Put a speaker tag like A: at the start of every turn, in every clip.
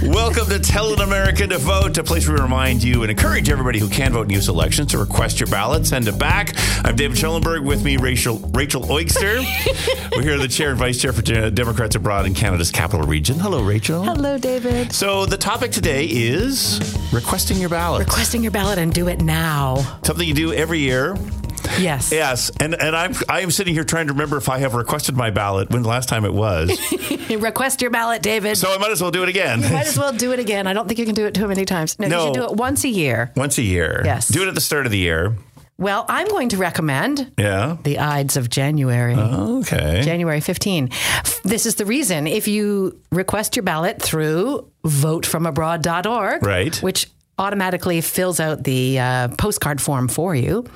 A: Welcome to Telling America to Vote, a place where we remind you and encourage everybody who can vote in U.S. elections to request your ballot, send it back. I'm David Schellenberg. With me, Rachel Rachel Oikster. We're here, the chair and vice chair for De- Democrats abroad in Canada's capital region. Hello, Rachel.
B: Hello, David.
A: So the topic today is requesting your ballot.
B: Requesting your ballot and do it now.
A: Something you do every year.
B: Yes.
A: Yes, and and I'm I am sitting here trying to remember if I have requested my ballot when the last time it was.
B: Request your ballot, David.
A: so I might as well do it again.
B: Might as well do it again. I don't think you can do it too many times. No,
A: No.
B: you should do it once a year.
A: Once a year.
B: Yes.
A: Do it at the start of the year.
B: Well, I'm going to recommend
A: Yeah.
B: the Ides of January.
A: Uh-huh. Okay.
B: January 15. F- This is the reason if you request your ballot through votefromabroad.org,
A: Right.
B: which automatically fills out the uh, postcard form for you,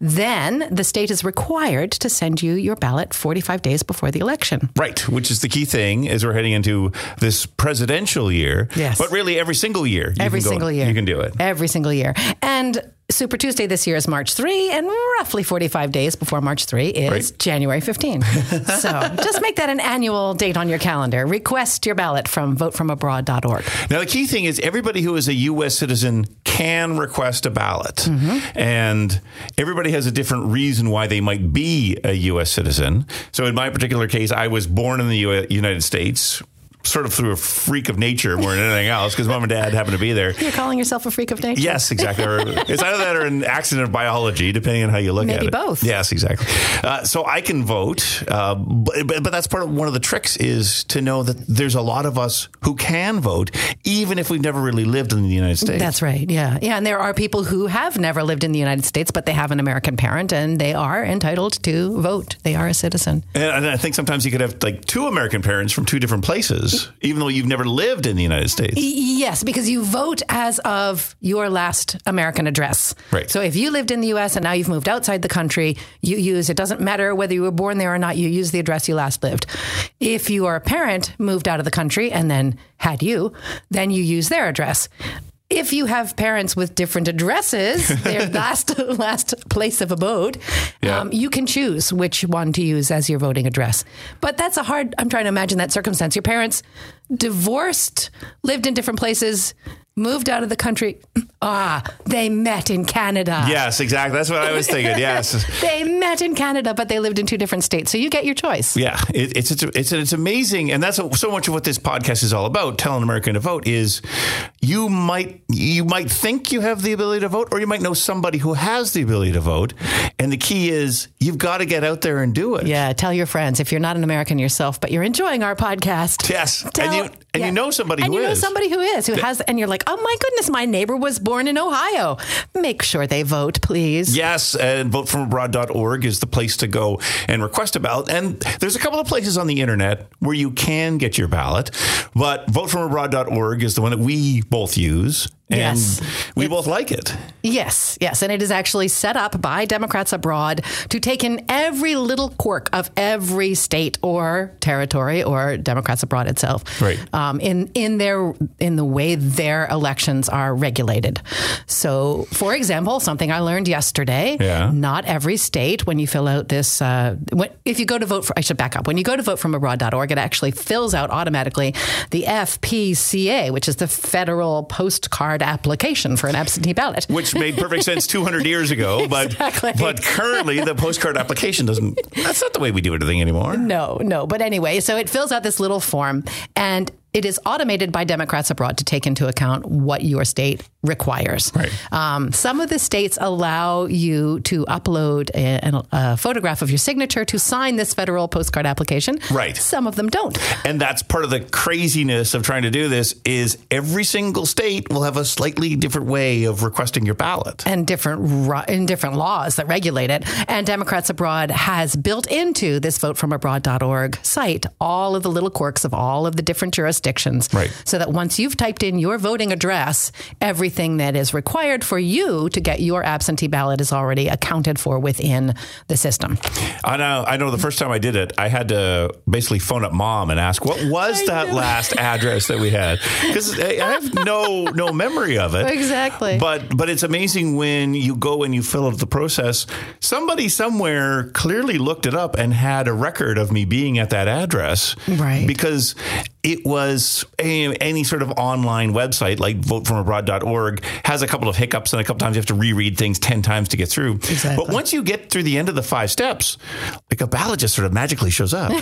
B: then the state is required to send you your ballot 45 days before the election.
A: Right, which is the key thing as we're heading into this presidential year.
B: Yes.
A: But really, every single year. you
B: Every
A: can go-
B: single year.
A: You can do it.
B: Every single year. And Super Tuesday this year is March 3, and roughly 45 days before March 3 is
A: Right.
B: January 15. so just make that an annual date on your calendar. Request your ballot from votefromabroad.org.
A: Now, the key thing is everybody who is a U.S. citizen can request a ballot.
B: Mm-hmm.
A: And everybody has a different reason why they might be a U.S. citizen. So, in my particular case, I was born in the U- United States. Sort of through a freak of nature more than anything else, because mom and dad happened to be there.
B: You're calling yourself a freak of nature?
A: Yes, exactly. Or it's either that or an accident of biology, depending on how you look at
B: Maybe
A: it.
B: both.
A: Yes, exactly. Uh, so I can vote, uh, but, but but that's part of one of the tricks is to know that there's a lot of us who can vote, even if we've never really lived in the United States.
B: That's right. Yeah. Yeah. And there are people who have never lived in the United States, but they have an American parent and they are entitled to vote. They are a citizen.
A: and and I think sometimes you could have like two American parents from two different places, even though you've never lived in the United States.
B: Yes, because you vote as of your last American address.
A: Right.
B: So if you lived in the U.S. and now you've moved outside the country, you use it doesn't matter whether you were born there or not. You use the address you last lived. If you are a parent moved out of the country and then had you, then you use their address. If you have parents with different addresses, their last last place of abode, um,
A: Yeah.
B: you can choose which one to use as your voting address. But that's a hard, I'm trying to imagine that circumstance. Your parents divorced, lived in different places, moved out of the country. Ah, they met in Canada.
A: Yes, exactly. That's what I was thinking. Yes.
B: They met in Canada, but they lived in two different states. So you get your choice.
A: Yeah, it, it's, it's it's it's amazing, and that's so much of what this podcast is all about. Telling America to vote is you might you might think you have the ability to vote, or you might know somebody who has the ability to vote, and the key is you've got to get out there and do it.
B: Yeah, tell your friends if you're not an American yourself, but you're enjoying our podcast.
A: Yes,
B: Tell-
A: and you and
B: yeah.
A: you know somebody
B: and
A: who
B: you know
A: is.
B: somebody who is who has, and you're like, oh my goodness, my neighbor was born in Ohio. Make sure they vote, please.
A: Yes, and votefromabroad.org is the place to go and request a ballot. And there's a couple of places on the internet where you can get your ballot, but votefromabroad.org is the one that we both use, and
B: Yes.
A: we both like it.
B: Yes, yes. And it is actually set up by Democrats abroad to take in every little quirk of every state or territory or Democrats abroad itself.
A: Right.
B: Um, in, in their in the way their elections are regulated. So, for example, something I learned yesterday,
A: Yeah.
B: not every state when you fill out this uh, when, if you go to vote for I should back up. When you go to vote from abroad.org, it actually fills out automatically the FPCA, which is the federal postcard application for an absentee ballot.
A: which made perfect sense 200 years ago, but
B: Exactly.
A: but currently the postcard application doesn't. That's not the way we do anything anymore.
B: No, no. But anyway, so it fills out this little form and it is automated by Democrats abroad to take into account what your state requires.
A: Right.
B: Um, some of the states allow you to upload a, a photograph of your signature to sign this federal postcard application.
A: Right.
B: Some of them don't.
A: And that's part of the craziness of trying to do this is every single state will have a slightly different way of requesting your ballot.
B: and different ru- and different laws that regulate it. And Democrats Abroad has built into this votefromabroad.org site all of the little quirks of all of the different jurisdictions.
A: Right.
B: So that once you've typed in your voting address, everything that is required for you to get your absentee ballot is already accounted for within the system.
A: I know. I know. The first time I did it, I had to basically phone up mom and ask what was that last address that we had because I I have no no memory of it
B: Exactly.
A: But but it's amazing when you go and you fill out the process. Somebody somewhere clearly looked it up and had a record of me being at that address,
B: Right.
A: Because it was a, any sort of online website like votefromabroad.org has a couple of hiccups and a couple times you have to reread things 10 times to get through.
B: Exactly.
A: But once you get through the end of the five steps, like a ballot just sort of magically shows up.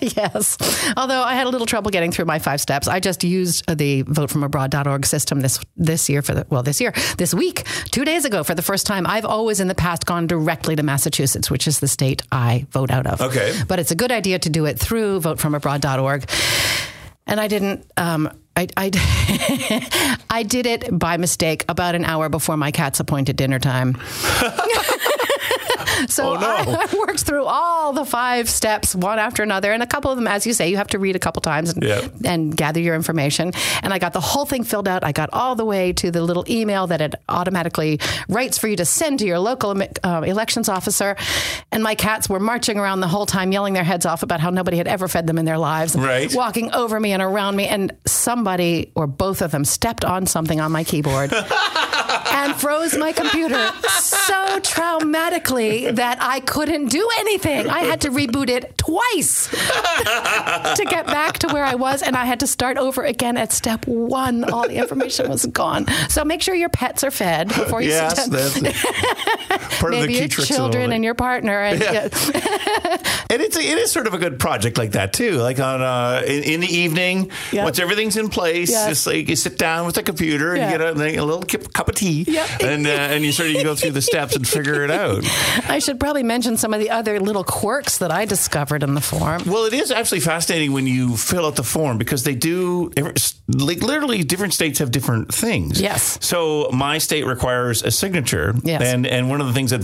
B: yes. Although I had a little trouble getting through my five steps. I just used uh, the votefromabroad.org system this this year for the well this year, this week, 2 days ago for the first time. I've always in the past gone directly to Massachusetts, which is the state I vote out of.
A: Okay.
B: But it's a good idea to do it through votefromabroad.org. And I didn't um I, I, I did it by mistake about an hour before my cat's appointed dinner time. So
A: Oh, no.
B: I, I worked through all the five steps one after another, and a couple of them, as you say, you have to read a couple times and,
A: Yeah.
B: and gather your information. And I got the whole thing filled out. I got all the way to the little email that it automatically writes for you to send to your local em- uh, elections officer. And my cats were marching around the whole time, yelling their heads off about how nobody had ever fed them in their lives, and
A: Right.
B: walking over me and around me. And somebody or both of them stepped on something on my keyboard and froze my computer so traumatically that I couldn't do anything. I had to reboot it twice to get back to where I was, and I had to start over again at step one. All the information was gone. So make sure your pets are fed before you
A: yes,
B: sit down.
A: that's part of the
B: Maybe
A: key
B: your
A: tricks
B: children
A: the-
B: and your partner. And, yeah.
A: And it's it is sort of a good project like that too. Like on uh, in, in the evening,
B: Yeah.
A: once everything's in place,
B: Yeah.
A: it's like you sit down with a computer and
B: Yeah.
A: you get a, like a little cup cup of tea,
B: Yeah.
A: and uh, and you sort of you go through the steps and figure it out.
B: I should probably mention some of the other little quirks that I discovered in the form.
A: Well, it is actually fascinating when you fill out the form because they do, like, literally different states have different things.
B: Yes.
A: So my state requires a signature.
B: Yes.
A: And, and one of the things that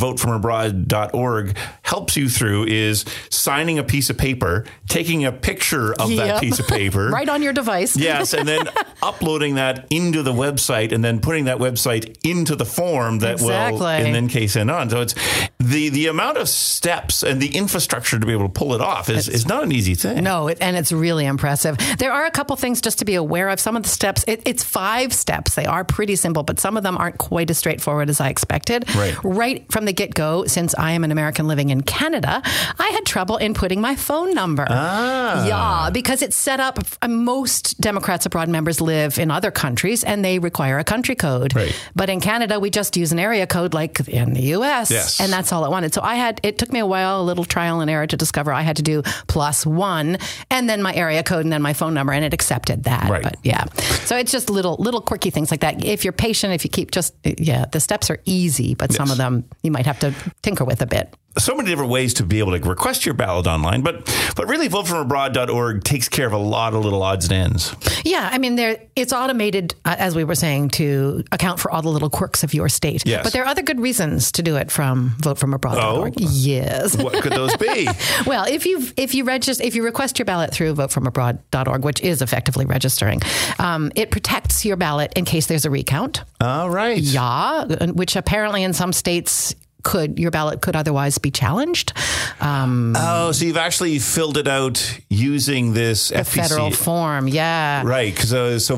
A: votefromabroad.org helps you through is signing a piece of paper, taking a picture of that
B: Yep.
A: piece of paper.
B: Right on your device.
A: Yes, and then uploading that into the website, and then putting that website into the form that will,
B: Exactly.
A: and then case in on. So it's the the amount of steps and the infrastructure to be able to pull it off is, is not an easy thing.
B: No, it, and it's really impressive. There are a couple things just to be aware of. Some of the steps, it, it's five steps. They are pretty simple, but some of them aren't quite as straightforward as I expected.
A: Right.
B: Right from the get go, since I am an American living in Canada, I had trouble inputting my phone number.
A: Ah.
B: Yeah, because it's set up. uh, Most Democrats abroad members live in other countries and they require a country code.
A: Right.
B: But in Canada, we just use an area code like in the US.
A: Yes.
B: And that's all it wanted. So I had, it took me a while, a little trial and error to discover I had to do plus one and then my area code and then my phone number and it accepted that.
A: Right.
B: But yeah. So it's just little, little quirky things like that. If you're patient, if you keep just, yeah, the steps are easy, but some of them you might have to tinker with a bit.
A: so many different ways to be able to request your ballot online, but but really votefromabroad.org takes care of a lot of little odds and ends.
B: Yeah, I mean, there it's automated, uh, as we were saying, to account for all the little quirks of your state.
A: Yes.
B: But there are other good reasons to do it from votefromabroad.org.
A: Oh?
B: Yes.
A: What could those be?
B: Well, if you if you register if you request your ballot through votefromabroad.org, which is effectively registering, um, it protects your ballot in case there's a recount.
A: All right.
B: Yeah, which apparently in some states could your ballot could otherwise be challenged. Um,
A: Oh, so you've actually filled it out using this FPC.
B: federal form, yeah.
A: Right, because uh, so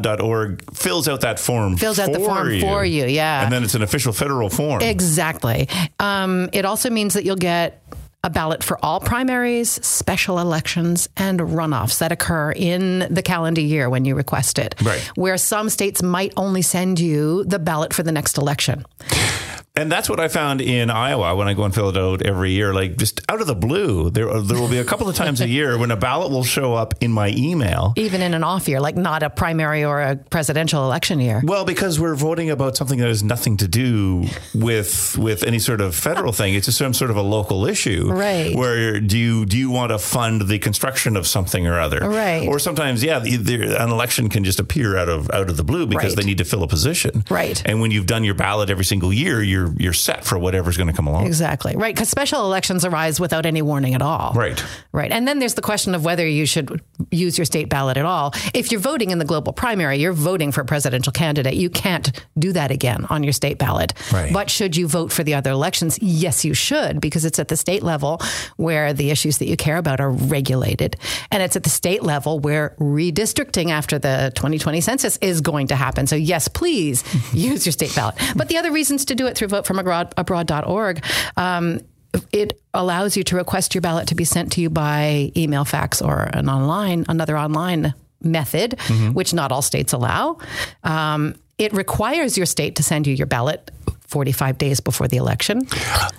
A: votefromabroad.org fills out that form,
B: Fills out the form for you, yeah.
A: and then it's an official federal form.
B: Exactly. Um, it also means that you'll get a ballot for all primaries, special elections, and runoffs that occur in the calendar year when you request it.
A: Right.
B: Where some states might only send you the ballot for the next election.
A: And that's what I found in Iowa when I go and fill it out every year. Like just out of the blue, there there will be a couple of times a year when a ballot will show up in my email.
B: Even in an off year, like not a primary or a presidential election year.
A: Well, because we're voting about something that has nothing to do with with any sort of federal thing. It's just some sort of a local issue,
B: Right.
A: Where do you do you want to fund the construction of something or other,
B: Right.
A: Or sometimes, yeah, the- the- an election can just appear out of out of the blue because they
B: Right.
A: need to fill a position,
B: Right.
A: And when you've done your ballot every single year, you're you're set for whatever's going to come along,
B: Exactly. Right. Because special elections arise without any warning at all.
A: right?
B: Right. And then there's the question of whether you should use your state ballot at all. If you're voting in the global primary, you're voting for a presidential candidate. You can't do that again on your state ballot.
A: Right.
B: But should you vote for the other elections? Yes, you should, because it's at the state level where the issues that you care about are regulated. And it's at the state level where redistricting after the 2020 census is going to happen. So, yes, please use your state ballot. But the other reasons to do it through votefromabroad.org. Um, it allows you to request your ballot to be sent to you by email, fax, or an online another online method, which not all states allow. Um, it requires your state to send you your ballot 45 days before the election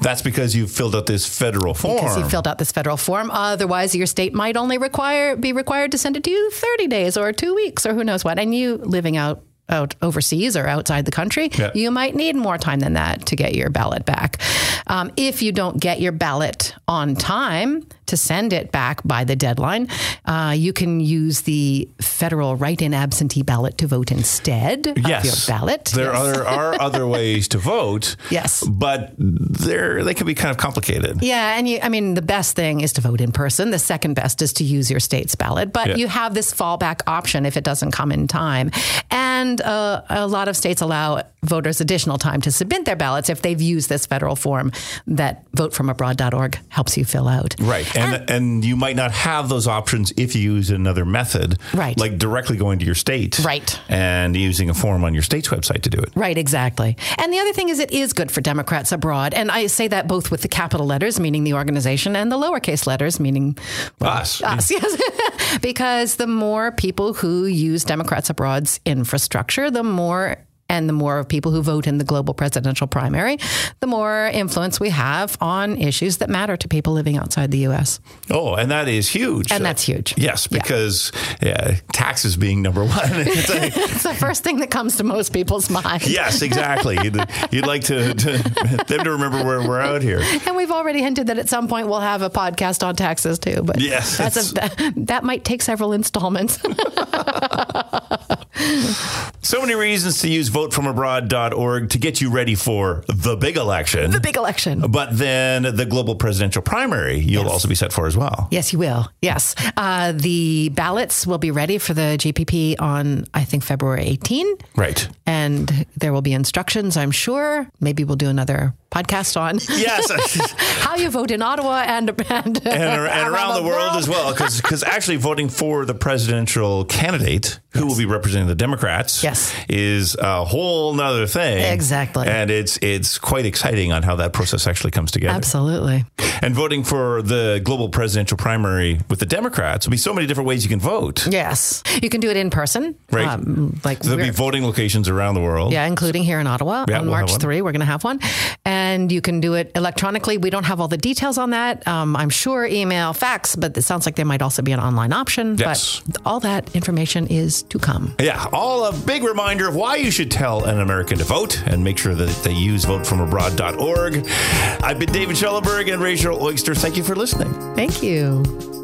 A: That's because you filled out this federal form.
B: because you filled out this federal form. Otherwise, your state might only require be required to send it to you 30 days or two weeks or who knows what. And you living out out overseas or outside the country,
A: Yeah.
B: you might need more time than that to get your ballot back. Um, if you don't get your ballot on time to send it back by the deadline, uh, you can use the federal write-in absentee ballot to vote instead of
A: yes,
B: your ballot.
A: There
B: Yes.
A: are are other ways to vote.
B: Yes.
A: but they're they can be kind of complicated.
B: Yeah, and you, I mean, the best thing is to vote in person. The second best is to use your state's ballot, but
A: Yeah.
B: you have this fallback option if it doesn't come in time. And uh, a lot of states allow voters additional time to submit their ballots if they've used this federal form that votefromabroad.org helps you fill out.
A: Right. And, and you might not have those options if you use another method.
B: Right.
A: Like directly going to your state.
B: Right.
A: And using a form on your state's website to do it.
B: Right, exactly. And the other thing is, it is good for Democrats abroad. And I say that both with the capital letters, meaning the organization, and the lowercase letters, meaning
A: Us.
B: us, yes. because the more people who use Democrats abroad's infrastructure, the more and the more people who vote in the global presidential primary, the more influence we have on issues that matter to people living outside the US.
A: Oh, and that is huge.
B: And that's huge.
A: Yes,
B: Yeah.
A: because yeah, taxes being number one. It's like,
B: It's the first thing that comes to most people's mind.
A: yes, exactly. You'd, you'd like to, to them to remember where we're out here.
B: And we've already hinted that at some point we'll have a podcast on taxes too, but
A: Yes.
B: that's a, that, that might take several installments.
A: So many reasons to use votefromabroad.org to get you ready for the big election.
B: the big election.
A: but then the global presidential primary, you'll also be set for as well.
B: Yes, you will. Yes. Uh, the ballots will be ready for the GPP on, I think, February 18.
A: Right.
B: And there will be instructions, I'm sure. Maybe we'll do another podcast on
A: Yes.
B: how you vote in Ottawa and, uh,
A: and,
B: and,
A: ar- and around the world as well, because actually voting for the presidential candidate who will be representing the Democrats
B: Yes.
A: is a whole nother thing.
B: Exactly.
A: And it's it's quite exciting on how that process actually comes together.
B: Absolutely.
A: And voting for the global presidential primary with the Democrats will be so many different ways you can vote.
B: Yes. You can so there'll be voting in person. Um,
A: Right.
B: like
A: There'll be voting locations around the world.
B: Yeah, including here in Ottawa
A: Yeah,
B: on
A: we'll have
B: March
A: one.
B: 3. We're going to have one. And you can do it electronically. We don't have all the details on that. Um, I'm sure email, fax, but it sounds like there might also be an online option.
A: Yes.
B: But all that information is to come.
A: Yeah, all a big reminder of why you should tell an American to vote and make sure that they use votefromabroad.org. I've been David Schellenberg and Rachel Oyster. Thank you for listening.
B: Thank you.